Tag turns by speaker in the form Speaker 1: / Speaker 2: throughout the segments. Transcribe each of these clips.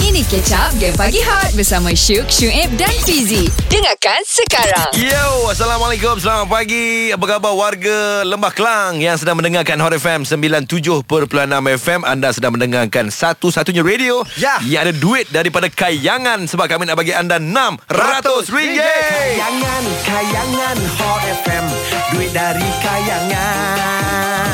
Speaker 1: Ini Catch Up Game Pagi Hot bersama Syuk, Syuib dan Fizi. Dengarkan sekarang.
Speaker 2: Yo, Assalamualaikum, selamat pagi Apa khabar warga Lembah Kelang Yang sedang mendengarkan Hot FM 97.6 FM Anda sedang mendengarkan satu-satunya radio
Speaker 3: Ya.
Speaker 2: Yang ada duit daripada kayangan Sebab kami nak bagi anda RM600
Speaker 3: Kayangan, kayangan Hot FM Duit dari kayangan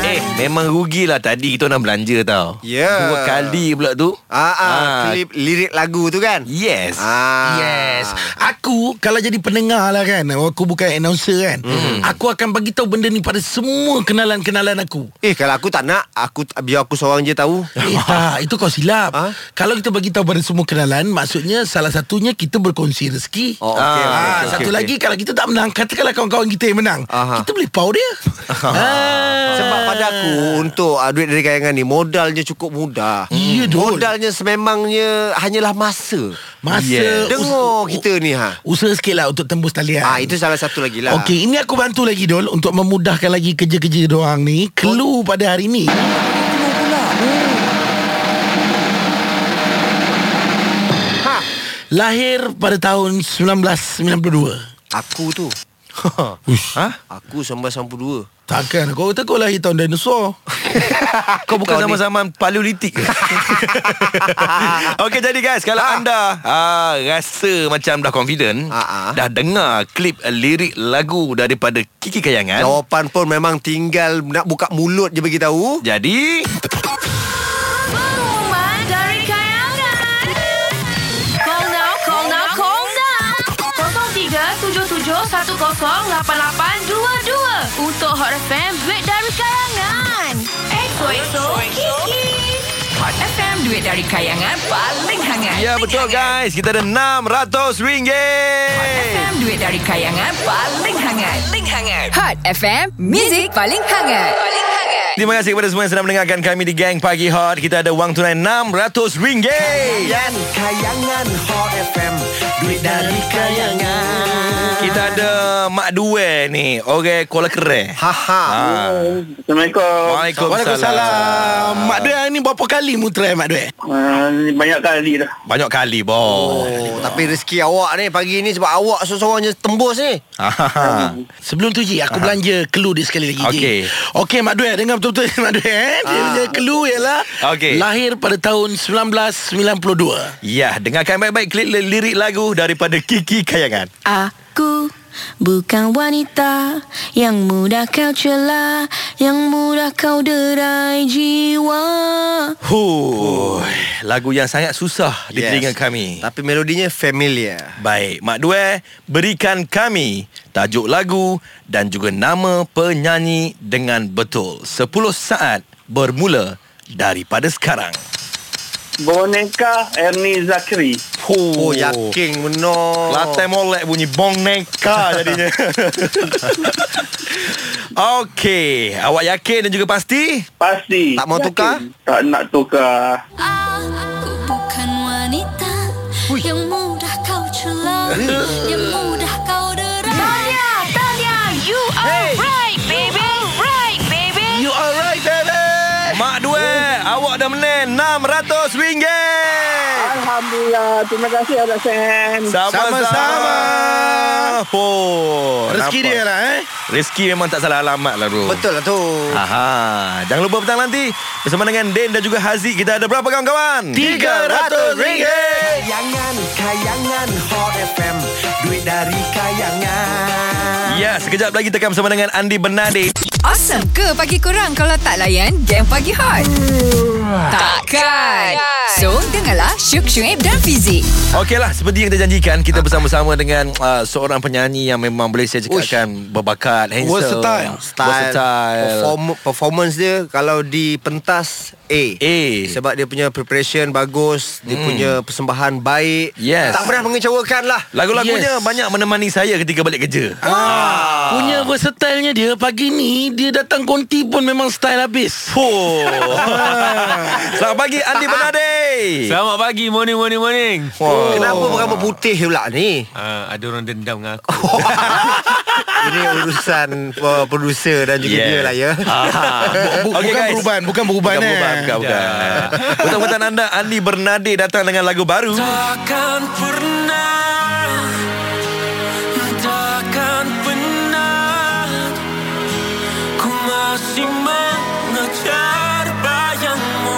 Speaker 2: Eh, memang rugilah tadi kita nak belanja tau
Speaker 3: Ya.
Speaker 2: Dua kali pula tu
Speaker 3: Ah, ah,
Speaker 2: Ah.
Speaker 3: klip lirik lagu tu kan?
Speaker 2: Yes
Speaker 3: Ah.
Speaker 4: Yes. Aku kalau jadi pendengar lah kan, aku bukan announcer kan.
Speaker 3: Mm-hmm.
Speaker 4: Mm. Aku akan bagi tahu benda ni pada semua kenalan-kenalan aku.
Speaker 3: Eh kalau aku tak nak, aku biar aku seorang je tahu.
Speaker 4: Eh, tak, itu kau silap.
Speaker 3: Ha?
Speaker 4: Ha? Kalau kita bagi tahu pada semua kenalan, maksudnya salah satunya kita berkongsi rezeki.
Speaker 3: Oh, okey,
Speaker 4: Ah,
Speaker 3: okey, okey,
Speaker 4: satu
Speaker 3: okey.
Speaker 4: lagi kalau kita tak menang, katakanlah kawan-kawan kita yang menang.
Speaker 3: Aha.
Speaker 4: Kita boleh pau dia. ah.
Speaker 3: Sebab pada aku untuk uh, duit dari kayangan ni modalnya cukup mudah.
Speaker 4: Ya, Dul.
Speaker 3: Modalnya sememangnya hanyalah masa.
Speaker 4: masa
Speaker 2: Yeah.
Speaker 4: yeah.
Speaker 3: Dengar kita ni ha.
Speaker 4: Usaha sikit lah untuk tembus talian
Speaker 3: Ah itu salah satu lagi lah.
Speaker 4: Okey, ini aku bantu lagi Dol untuk memudahkan lagi kerja-kerja doang ni. Clue pada hari ni. Oh.
Speaker 3: Ha.
Speaker 4: Lahir pada tahun 1992.
Speaker 3: Aku tu.
Speaker 2: Ha?
Speaker 3: Aku 1992.
Speaker 4: Takkan kau kata kau lahir tahun dinosaur.
Speaker 2: Kau bukan
Speaker 3: Kau ni.
Speaker 2: zaman-zaman paleolitik ke? Okey jadi guys Kalau anda ah, Rasa macam dah confident
Speaker 3: Ah, ah.
Speaker 2: Dah dengar klip eh, lirik lagu Daripada Kiki Kayangan
Speaker 3: Jawapan pun memang tinggal nak buka mulut je bagi tahu.
Speaker 2: Jadi
Speaker 5: Pengumuman dari kayangan. Call now, call now, call now. 0377108822 untuk Hot FM Duit dari Kayangan. Exo Kiki.
Speaker 1: Hot FM, duit dari kayangan paling hangat.
Speaker 2: Ya betul guys Kita ada RM600
Speaker 1: FM, duit dari kayangan paling hangat. Paling hangat. Hot FM, music paling hangat. Paling hangat.
Speaker 2: Terima kasih kepada semua yang sedang mendengarkan kami di Gang Pagi Hot Kita ada wang tunai RM600
Speaker 3: Kayangan, kayangan Hot FM Duit dari kayangan
Speaker 2: Kita ada Mak Dua ni Orang Kuala Kereh
Speaker 3: Haha
Speaker 2: Ah.
Speaker 6: Assalamualaikum.
Speaker 2: Waalaikumsalam.
Speaker 4: Waalaikumsalam. Mak Dua ni berapa kali mu try Mak Dua?
Speaker 6: Uh, banyak kali dah.
Speaker 2: Banyak kali boh.
Speaker 3: Oh, tapi rezeki awak ni pagi ni sebab awak seorang je tembus ni.
Speaker 2: Ah.
Speaker 4: Sebelum tu Ji, aku belanja clue dia sekali lagi Ji.
Speaker 2: Okey. Ah.
Speaker 4: Okey Mak Dua, dengar betul-betul Mak Dua eh. Dia punya clue ialah
Speaker 2: Okey.
Speaker 4: lahir pada tahun 1992.
Speaker 2: Ya, dengarkan baik-baik klip li- lirik lagu daripada Kiki Kayangan.
Speaker 5: Aku bukan wanita yang mudah kau cela, yang mudah kau derai jiwa.
Speaker 2: Huh, lagu yang sangat susah di telinga kami.
Speaker 3: Tapi melodinya familiar.
Speaker 2: Baik, Mak Due, berikan kami tajuk lagu dan juga nama penyanyi dengan betul. 10 saat bermula daripada sekarang.
Speaker 6: Boneka Ernie Zakri.
Speaker 3: Oh, oh yakin benar.
Speaker 2: Latai molek bunyi bong neka jadinya. Okey, awak yakin dan juga pasti?
Speaker 6: Pasti.
Speaker 3: Tak mau
Speaker 6: Yakin?
Speaker 3: tukar?
Speaker 6: Tak nak tukar.
Speaker 5: Aku bukan wanita yang mudah kau cela, yang mudah kau derai. Tanya, Tanya, you are right, baby, right, baby.
Speaker 2: You alright baby Mak Due Awak dah menang RM600
Speaker 6: Alhamdulillah. Terima kasih atas Sam.
Speaker 2: Sama-sama oh,
Speaker 4: Rezeki dia lah eh.
Speaker 2: Rezeki memang tak salah alamat lah bro
Speaker 3: Betul lah tu.
Speaker 2: Aha. Jangan lupa petang nanti Bersama dengan Din dan juga Haziq Kita ada berapa kawan-kawan?
Speaker 4: RM300.
Speaker 3: Kayangan, kayangan Hot FM Duit dari kayangan.
Speaker 2: Ya, sekejap lagi tekan bersama dengan Andi Bernadi
Speaker 1: Awesome ke pagi kurang kalau tak layan Game Pagi Hot? Takkan. So, dengarlah Syuk, Syuib dan Fizi.
Speaker 2: Okeylah, seperti yang kita janjikan
Speaker 4: Ah.
Speaker 2: Kita bersama-sama dengan uh, seorang penyanyi Yang memang boleh saya cakapkan Berbakat, handsome
Speaker 3: Style,
Speaker 2: Versatile
Speaker 3: perform- Performance dia Kalau di pentas A
Speaker 2: A. Hmm.
Speaker 3: Sebab dia punya preparation bagus Dia punya persembahan baik
Speaker 2: Yes.
Speaker 3: Tak pernah mengecewakan lah
Speaker 2: Lagu-lagunya
Speaker 4: Yes.
Speaker 2: banyak menemani saya ketika balik kerja
Speaker 4: Ah. Punya versatile-nya dia pagi ni dia datang konti pun memang style habis.
Speaker 2: Oh. Selamat pagi Andi Bernade.
Speaker 7: Selamat pagi Morning morning morning
Speaker 2: Oh.
Speaker 7: Ah,
Speaker 3: Kenapa berambut putih pula ni
Speaker 7: uh, Ada orang dendam dengan aku
Speaker 3: Ini urusan uh, producer dan juga yeah. dia lah ya.
Speaker 2: Ah.
Speaker 4: Ah, Bu-
Speaker 2: Okay,
Speaker 4: bukan
Speaker 2: guys.
Speaker 4: perubahan Bukan
Speaker 2: Bukan,
Speaker 4: perubahan eh.
Speaker 2: bukan, bukan, bukan. Petang-petang anda, Andi Bernadi datang dengan lagu baru.
Speaker 8: Takkan pernah Takkan pernah Ku masih mengejar bayangmu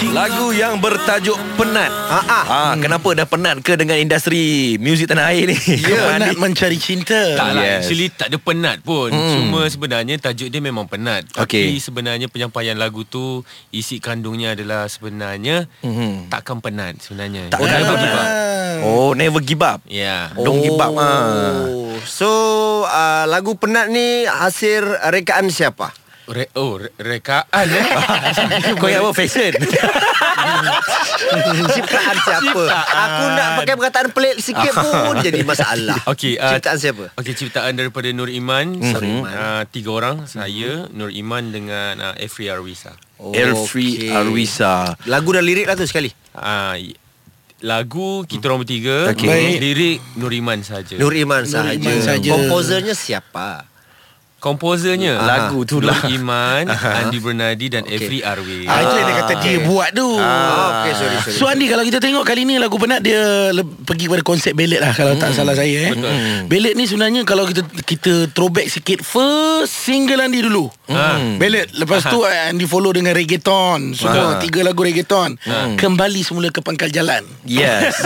Speaker 8: hingga
Speaker 2: Lagu yang bertajuk Penat.
Speaker 3: Ha ah.
Speaker 2: Ah, hmm. kenapa dah penat ke dengan industri muzik tanah air ni?
Speaker 4: Dia Ya, penat mencari cinta
Speaker 7: Tak lah
Speaker 2: Yes.
Speaker 7: yes. Actually tak ada penat pun mm. Cuma sebenarnya Tajuk dia memang penat
Speaker 2: Okey.
Speaker 7: Tapi sebenarnya penyampaian lagu tu Isi kandungnya adalah Sebenarnya
Speaker 2: Mhm.
Speaker 7: mm. Takkan penat sebenarnya
Speaker 2: Tak
Speaker 7: Jangan
Speaker 2: pernah.
Speaker 7: give up.
Speaker 4: eh.
Speaker 2: Oh, never give up.
Speaker 7: Ya yeah.
Speaker 2: Don't give up ah.
Speaker 3: So uh, lagu penat ni hasil rekaan siapa?
Speaker 7: Re- Oh re- rekaan eh
Speaker 2: Kau ingat apa fashion?
Speaker 3: Ciptaan siapa? Aku nak pakai perkataan pelik sikit pun jadi masalah.
Speaker 7: Okey,
Speaker 3: uh,
Speaker 7: ah,
Speaker 3: ciptaan siapa?
Speaker 7: Okey, ciptaan daripada Nur Iman.
Speaker 2: Mhm.
Speaker 7: Mm-hmm. Uh, tiga orang, saya, Nur Iman dengan uh, Efri Arwisa.
Speaker 2: Elfri
Speaker 3: Okey.
Speaker 2: Arwisa.
Speaker 3: Lagu dan lirik lah tu sekali.
Speaker 7: Uh, lagu kita orang bertiga,
Speaker 2: Okey.
Speaker 7: okay. lirik Nur Iman saja.
Speaker 3: Nur Iman sahaja.
Speaker 4: Iman sahaja.
Speaker 3: Komposernya siapa?
Speaker 7: Komposernya
Speaker 2: Aha. Lagu tu lah.
Speaker 7: Nur Iman, Andi Bernadi dan okay. Efri Arwi.
Speaker 4: Ah, itu yang dia kata dia buat tu.
Speaker 3: Ah, okay, sorry, sorry.
Speaker 4: So Andi kalau kita tengok kali ni lagu penat dia le- pergi pada konsep belit lah kalau
Speaker 2: Hmm,
Speaker 4: tak salah saya eh.
Speaker 7: Betul.
Speaker 4: Belit ni sebenarnya kalau kita kita throwback sikit first single Andi dulu.
Speaker 7: Ha.
Speaker 4: Belit lepas tu Andi follow dengan reggaeton. Semua
Speaker 2: Ah.
Speaker 4: tiga lagu reggaeton.
Speaker 2: Ha.
Speaker 4: Kembali semula ke pangkal jalan.
Speaker 2: Yes.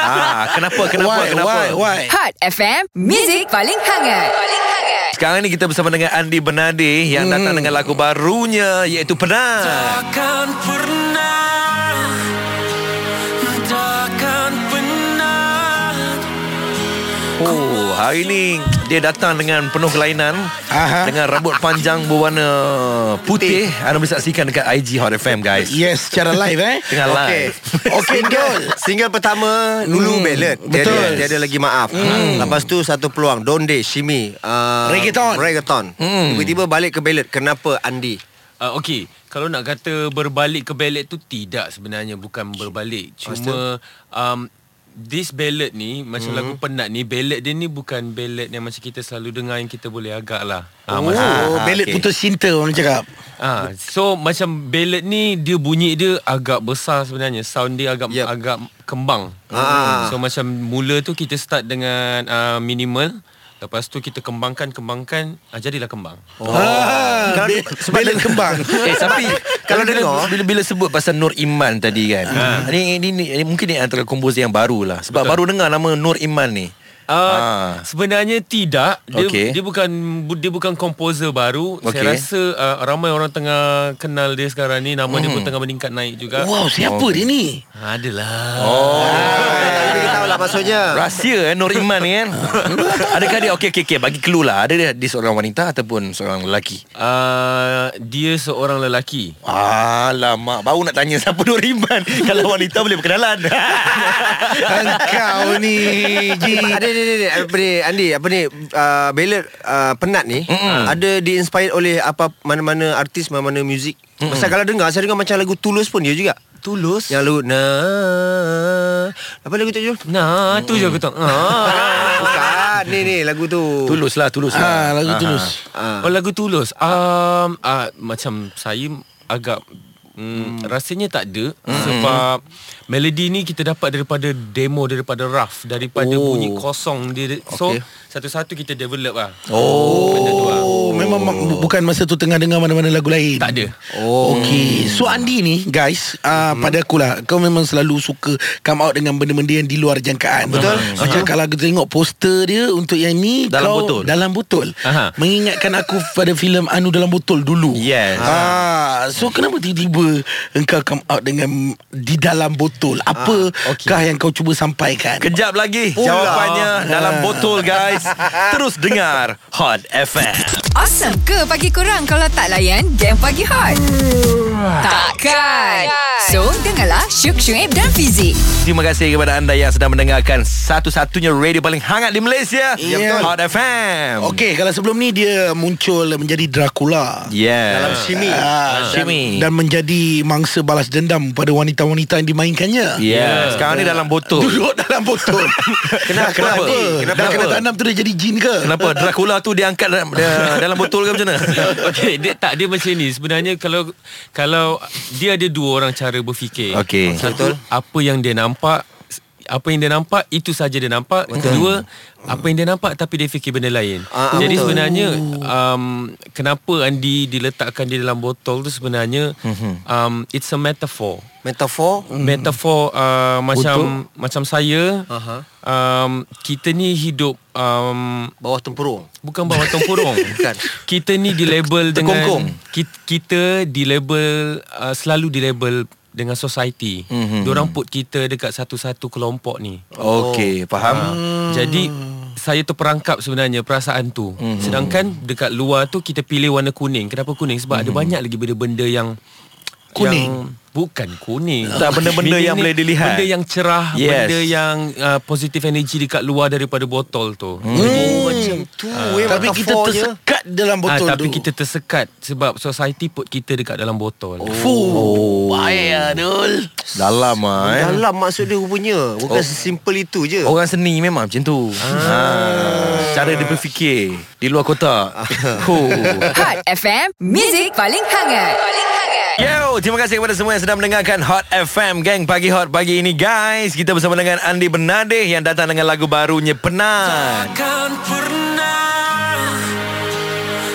Speaker 2: ah, kenapa kenapa
Speaker 4: why,
Speaker 2: kenapa?
Speaker 4: Why why?
Speaker 1: Hot FM, music paling hangat. Paling hangat.
Speaker 2: Sekarang ni kita bersama dengan Andi Bernadi yang datang dengan lagu barunya iaitu Penat.
Speaker 8: Takkan pernah Takkan pernah
Speaker 2: Oh, hari ni dia datang dengan penuh kelainan
Speaker 4: Aha.
Speaker 2: dengan rambut panjang berwarna putih. Ya. Anda boleh saksikan dekat IG Hot FM guys.
Speaker 4: Yes, secara live eh.
Speaker 2: Tengah live.
Speaker 3: Okay Single Single pertama Lulu
Speaker 4: Hmm,
Speaker 3: hmm, Ballad Dia
Speaker 4: betul.
Speaker 3: ada, dia ada lagi maaf hmm. Lepas tu satu peluang Donde Shimi uh,
Speaker 4: Reggaeton.
Speaker 3: Reggaeton
Speaker 2: Hmm.
Speaker 3: Tiba-tiba balik ke ballad Kenapa Andi?
Speaker 7: Uh, Okey, kalau nak kata berbalik ke ballad tu tidak sebenarnya bukan berbalik. Cuma um this ballad ni macam mm. lagu penat ni ballad dia ni bukan ballad yang macam kita selalu dengar yang kita boleh agak lah. Ah,
Speaker 4: Oh,
Speaker 7: macam-
Speaker 4: belit
Speaker 2: okay.
Speaker 4: putus cinta orang cakap.
Speaker 7: Ah, so macam ballad ni dia bunyi dia agak besar sebenarnya. Sound dia agak
Speaker 3: Yep.
Speaker 7: yep. agak kembang.
Speaker 3: Ah.
Speaker 7: So macam mula tu kita start dengan uh, minimal, lepas tu kita kembangkan kembangkan, ah, jadilah kembang.
Speaker 4: Oh. Ah, be- belit kembang.
Speaker 2: Eh tapi
Speaker 3: Kalau
Speaker 2: kalau bila,
Speaker 3: dengar-
Speaker 2: bila bila sebut pasal Nur Iman tadi kan. Ni, ni, ni, ni mungkin ni antara komposer yang baru lah sebab Betul. baru dengar nama Nur Iman ni.
Speaker 7: Uh,
Speaker 2: Ah.
Speaker 7: sebenarnya tidak
Speaker 2: Okey.
Speaker 7: dia okay. dia bukan bu- dia bukan komposer baru
Speaker 2: Okey.
Speaker 7: okay. saya rasa uh, ramai orang tengah kenal dia sekarang ni nama mm. dia pun tengah meningkat naik juga Ah,
Speaker 4: Wow, siapa
Speaker 2: Oh.
Speaker 4: dia ni?
Speaker 7: adalah
Speaker 2: Oh.
Speaker 3: Tapi kita tahu lah maksudnya
Speaker 2: Rahsia eh Nur Iman ni kan. Adakah dia okey okey okey bagi clue lah. Ada dia, dia seorang wanita ataupun seorang lelaki?
Speaker 7: uh, dia seorang lelaki
Speaker 2: Alamak Baru nak tanya Siapa Nur Iman Kalau wanita boleh berkenalan
Speaker 4: Engkau ni Ji
Speaker 3: ada ni, ni, ni, apa ni Andi apa ni uh, ballad uh, penat ni
Speaker 4: Hmm.
Speaker 3: Mm-mm. ada diinspired oleh apa mana-mana artis mana-mana muzik
Speaker 4: Hmm.
Speaker 3: pasal kalau dengar saya dengar macam lagu Tulus pun dia juga Tulus yang lagu na apa lagu tu Jul
Speaker 7: nah tu je aku tahu ah.
Speaker 3: Bukan Ni ni lagu tu
Speaker 2: Tulus lah Tulus
Speaker 4: Ah,
Speaker 2: lah
Speaker 4: lagu tulus
Speaker 2: Ah.
Speaker 7: Oh lagu tulus. Um uh, macam saya agak
Speaker 2: Hmm.
Speaker 7: mm, rasanya tak ada mm. sebab melodi ni kita dapat daripada demo daripada raf daripada oh. bunyi kosong dia. So
Speaker 2: Okay.
Speaker 7: okay. satu-satu kita develop lah.
Speaker 2: Oh
Speaker 7: Benda tu lah.
Speaker 4: Oh, memang bu- bukan masa tu tengah dengar mana-mana lagu lain.
Speaker 7: Tak ada.
Speaker 4: Oh. Okey. So Andi ni guys, uh, hmm. pada akulah kau memang selalu suka come out dengan benda-benda yang di luar jangkaan. Betul. Macam kalau kita tengok poster dia untuk yang ni
Speaker 2: Dalam
Speaker 4: kau
Speaker 2: botol.
Speaker 4: dalam botol.
Speaker 7: Aha.
Speaker 4: Mengingatkan aku pada filem Anu dalam botol dulu.
Speaker 2: Yes.
Speaker 4: Ah, so kenapa tiba-tiba engkau come out dengan di dalam botol? Apakah yang kau cuba sampaikan?
Speaker 2: Kejap lagi Jawapannya Dalam botol guys Terus dengar Hot FM
Speaker 1: Awesome ke pagi korang kalau tak layan game pagi hot? Takkan. So, dengarlah Syuk Syuib dan Fizik.
Speaker 2: Terima kasih kepada anda yang sedang mendengarkan satu-satunya radio paling hangat di Malaysia.
Speaker 4: Ya, betul.
Speaker 2: Hot FM.
Speaker 4: Okey, kalau sebelum ni dia muncul menjadi Dracula.
Speaker 2: Yeah.
Speaker 3: Dalam Simi.
Speaker 4: Ah, dan-
Speaker 2: Simi.
Speaker 4: Dan menjadi mangsa balas dendam pada wanita-wanita yang dimainkannya.
Speaker 2: Yeah. Sekarang ni dalam botol.
Speaker 4: Duduk dalam botol.
Speaker 2: Kenapa?
Speaker 4: Kenapa?
Speaker 2: Kenapa?
Speaker 4: Kenapa? Dah kena tanam tu dia jadi jin ke?
Speaker 2: Kenapa? Dracula tu dia angkat dalam, dia, dalam botol ke macam mana?
Speaker 7: Okey, dia tak dia macam ni. Sebenarnya kalau kalau dia ada dua orang cara berfikir.
Speaker 2: Okey.
Speaker 7: Satu apa yang dia nampak apa yang dia nampak itu saja dia nampak. Kedua apa yang dia nampak tapi dia fikir benda lain.
Speaker 3: Ah, ah,
Speaker 7: Jadi
Speaker 3: betul.
Speaker 7: sebenarnya um, kenapa Andi diletakkan di dalam botol tu sebenarnya um, it's a metaphor
Speaker 3: Metafor
Speaker 7: metafor uh, macam macam saya uh-huh. um, kita ni hidup um,
Speaker 3: Bawah tempurung
Speaker 7: bukan bawah tempurung
Speaker 3: Bukan.
Speaker 7: kita ni dilabel
Speaker 2: Terkongkong.
Speaker 7: dengan kita, kita dilabel uh, selalu dilabel dengan society
Speaker 2: Mhm.
Speaker 7: mm-hmm. diorang put kita dekat satu-satu kelompok ni
Speaker 2: Okey, faham?
Speaker 7: Hmm. Jadi saya terperangkap sebenarnya perasaan tu.
Speaker 2: Mhm.
Speaker 7: Hmm. Sedangkan dekat luar tu kita pilih warna kuning. Kenapa kuning?
Speaker 2: Mhm.
Speaker 7: Sebab hmm. ada banyak lagi benda-benda yang
Speaker 4: Kuning.
Speaker 7: Yang, bukan kuning.
Speaker 2: Tak, benda-benda
Speaker 7: Meaning
Speaker 2: yang
Speaker 7: ni,
Speaker 2: boleh dilihat.
Speaker 7: Benda yang cerah,
Speaker 2: Yes.
Speaker 7: yes. benda yang uh, positif energy dekat luar daripada botol tu. Hmm.
Speaker 4: Oh,
Speaker 3: Macam
Speaker 7: Jadi
Speaker 3: tu eh
Speaker 4: Tapi kita
Speaker 3: metafornya.
Speaker 4: tersekat dalam
Speaker 7: ah,
Speaker 4: botol
Speaker 7: tapi
Speaker 4: tu.
Speaker 7: kita tersekat sebab society put kita dekat dalam botol. Oh.
Speaker 4: Fuh. Bahaya, Dul.
Speaker 2: Dalam ah. Eh.
Speaker 3: Dalam maksud dia rupanya Bukan
Speaker 2: Oh.
Speaker 3: sesimpel itu je
Speaker 2: Orang seni memang macam tu. Ah. Cara dia berfikir di luar kotak. Oh.
Speaker 1: Hot FM, Music paling hangat. Ya. Paling hangat.
Speaker 2: Yo, terima kasih kepada semua yang sedang mendengarkan Hot FM Gang Pagi Hot pagi ini guys Kita bersama dengan Andi Bernadeh Yang datang dengan lagu barunya Penat
Speaker 8: Takkan pernah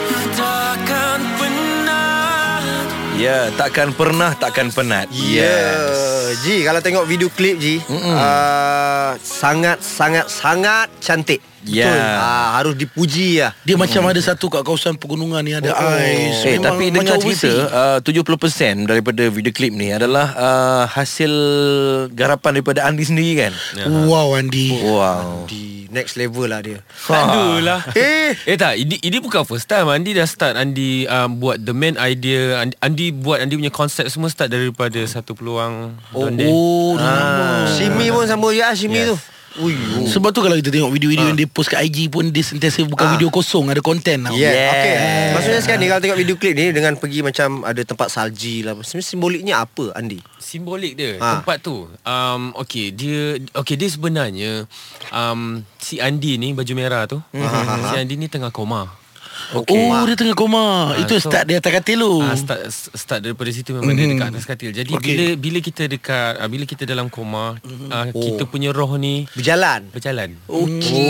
Speaker 8: Takkan pernah
Speaker 2: Ya, takkan pernah takkan penat
Speaker 3: Ya. Yeah. Eh, Ji, kalau tengok video klip Ji, uh, sangat sangat sangat cantik.
Speaker 2: Ya.
Speaker 3: Betul. Ah, harus dipuji lah.
Speaker 4: Dia macam ada satu kat kawasan pegunungan ni
Speaker 3: Oh.
Speaker 4: ada ais.
Speaker 2: Eh,
Speaker 4: Memang
Speaker 2: tapi
Speaker 4: macam
Speaker 2: dengar
Speaker 4: overseas.
Speaker 2: cerita uh, 70% daripada video klip ni adalah uh, hasil garapan daripada Andi sendiri kan
Speaker 4: Wow, Andi.
Speaker 2: Wow
Speaker 3: Di next level lah dia.
Speaker 7: Adulah.
Speaker 3: Eh.
Speaker 7: Ah. Eh tak, ini, ini bukan first time Andi dah start Andi um, buat the main idea Andi, Andi buat Andi punya konsep semua start daripada satu peluang
Speaker 3: Oh,
Speaker 7: Donde.
Speaker 3: oh ah. Simi pun sama juga ah, Simi yes. tu. Ui.
Speaker 2: Hmm.
Speaker 3: oh.
Speaker 4: Sebab tu kalau kita tengok video-video
Speaker 2: Ah.
Speaker 4: yang dia post kat IG pun dia sentiasa bukan video kosong, ada konten tau.
Speaker 3: Yeah.
Speaker 2: Yeah.
Speaker 3: Okay. Ya, Maksudnya sekarang ni kalau tengok video klip ni dengan pergi macam ada tempat salji lah. Sebenarnya simboliknya apa Andi?
Speaker 7: Simbolik dia
Speaker 3: Ha.
Speaker 7: ha. Tempat tu um, Okay dia Okay dia sebenarnya um, Si Andi ni Baju merah tu Si Andi ni tengah koma
Speaker 4: Oh, dia tengah koma.
Speaker 7: Ah,
Speaker 4: Itu
Speaker 7: so-
Speaker 4: start dia atas katil tu.
Speaker 7: Ah, start start daripada situ memang mm-hmm. dia dekat atas katil. Jadi
Speaker 4: Okey.
Speaker 7: okay. bila bila kita dekat ah, bila kita dalam koma, mm-hmm. ah, kita punya roh ni
Speaker 2: Ah,
Speaker 3: Berjalan.
Speaker 7: berjalan.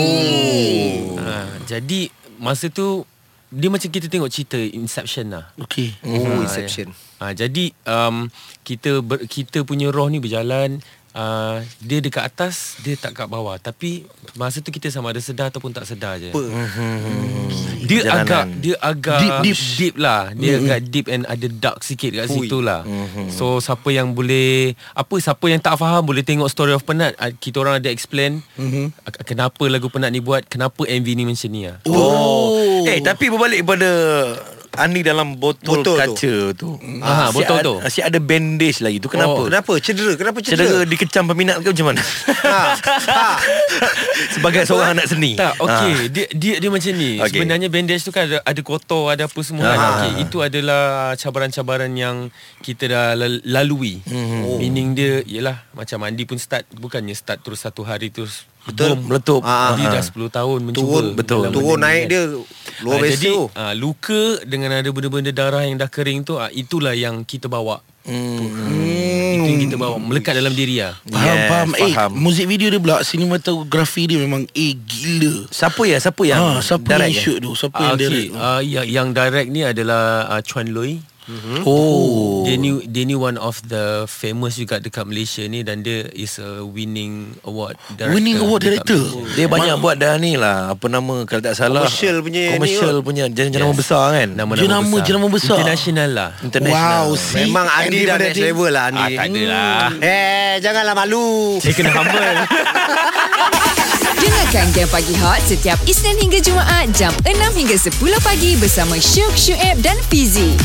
Speaker 7: Okey. Ah, jadi masa tu dia macam kita tengok cerita Inception lah.
Speaker 4: Okey.
Speaker 2: Hmm,
Speaker 3: Oh, inception.
Speaker 7: Ha, jadi um, kita ber, kita punya roh ni berjalan uh, dia dekat atas dia tak kat bawah tapi masa tu kita sama ada sedar ataupun tak sedar je. Hmm. Dia
Speaker 2: Perjalanan.
Speaker 7: agak dia agak
Speaker 4: Deep, deep.
Speaker 7: deep lah. Dia mm-hmm. agak deep and ada dark sikit kat situ lah. Mm-hmm. So siapa yang boleh apa siapa yang tak faham boleh tengok story of penat Ah, kita orang ada explain mm-hmm. kenapa lagu penat ni buat, kenapa MV ni macam ni lah.
Speaker 2: Oh. Eh, tapi berbalik pada Andi dalam botol,
Speaker 3: Botol tu. Hmm.
Speaker 2: kaca tu.
Speaker 7: Ah, botol
Speaker 2: si
Speaker 7: tu.
Speaker 2: Ad, si ada bandage lagi tu kenapa?
Speaker 7: Oh,
Speaker 3: Kenapa? Cedera? Kenapa cedera?
Speaker 2: Cedera dikecam peminat ke macam mana?
Speaker 3: Ha. ha.
Speaker 2: Sebagai seorang anak seni.
Speaker 7: Tak, okey. Ha. Dia dia dia macam
Speaker 2: Eh.
Speaker 7: ni.
Speaker 2: Ah. Okey.
Speaker 7: Okay. Sebenarnya bandage tu kan ada ada kotor, ada apa semua ha. kan.
Speaker 2: Ah.
Speaker 7: Okey, itu adalah cabaran-cabaran yang kita dah lal- lalui.
Speaker 2: Mhm.
Speaker 7: Mm-hmm. Oh. Meaning dia ialah macam mandi pun start bukannya start terus satu hari terus
Speaker 2: Betul, meletup.
Speaker 7: Ah, dia
Speaker 2: Ah.
Speaker 7: dah 10 tahun mencuba.
Speaker 3: Turun
Speaker 2: Betul.
Speaker 7: dalam
Speaker 3: Turun
Speaker 7: benda ni
Speaker 3: naik
Speaker 7: kan.
Speaker 3: dia luar
Speaker 7: Ah,
Speaker 3: biasa
Speaker 7: Jadi
Speaker 3: tu.
Speaker 7: ah, luka dengan ada benda-benda darah yang dah kering tu ah, itulah yang kita bawa. Hmm. Itu yang kita bawa melekat dalam diri ah.
Speaker 4: Faham,
Speaker 2: Yes,
Speaker 4: faham. Eh,
Speaker 2: faham.
Speaker 4: muzik video dia pula sinematografi dia memang eh gila.
Speaker 2: Siapa ya? Siapa yang
Speaker 4: Ah, siapa yang
Speaker 2: direct eh? ya?
Speaker 4: shoot tu? Siapa
Speaker 7: Ah,
Speaker 4: yang direct?
Speaker 7: okay. Ah, yang, yang direct ni adalah ah, Chuan Lui.
Speaker 4: Mhm.
Speaker 2: Oh.
Speaker 7: Dia ni dia ni one of the famous juga dekat Malaysia ni dan dia is a winning award director.
Speaker 4: Winning award
Speaker 7: dekat
Speaker 4: director?
Speaker 7: Malaysia.
Speaker 2: Dia banyak buat dah ni lah Apa nama Kalau tak salah
Speaker 3: Commercial punya ni
Speaker 2: Commercial
Speaker 3: kot.
Speaker 2: punya Jenama
Speaker 7: Yes.
Speaker 2: besar kan
Speaker 7: Nama-nama
Speaker 4: Jenama-
Speaker 7: besar.
Speaker 4: jenama besar.
Speaker 7: International lah.
Speaker 2: International
Speaker 4: Wow, see.
Speaker 3: Memang Andi dah
Speaker 4: Pada
Speaker 3: next
Speaker 4: dia-
Speaker 3: level lah Andi.
Speaker 7: Ah, tak adalah.
Speaker 3: Eh, janganlah malu.
Speaker 7: Dia kena humble.
Speaker 1: Dengarkan Game Pagi Hot setiap Isnin hingga Jumaat jam 6 hingga 10 pagi bersama Syuk Syuib dan Fizik.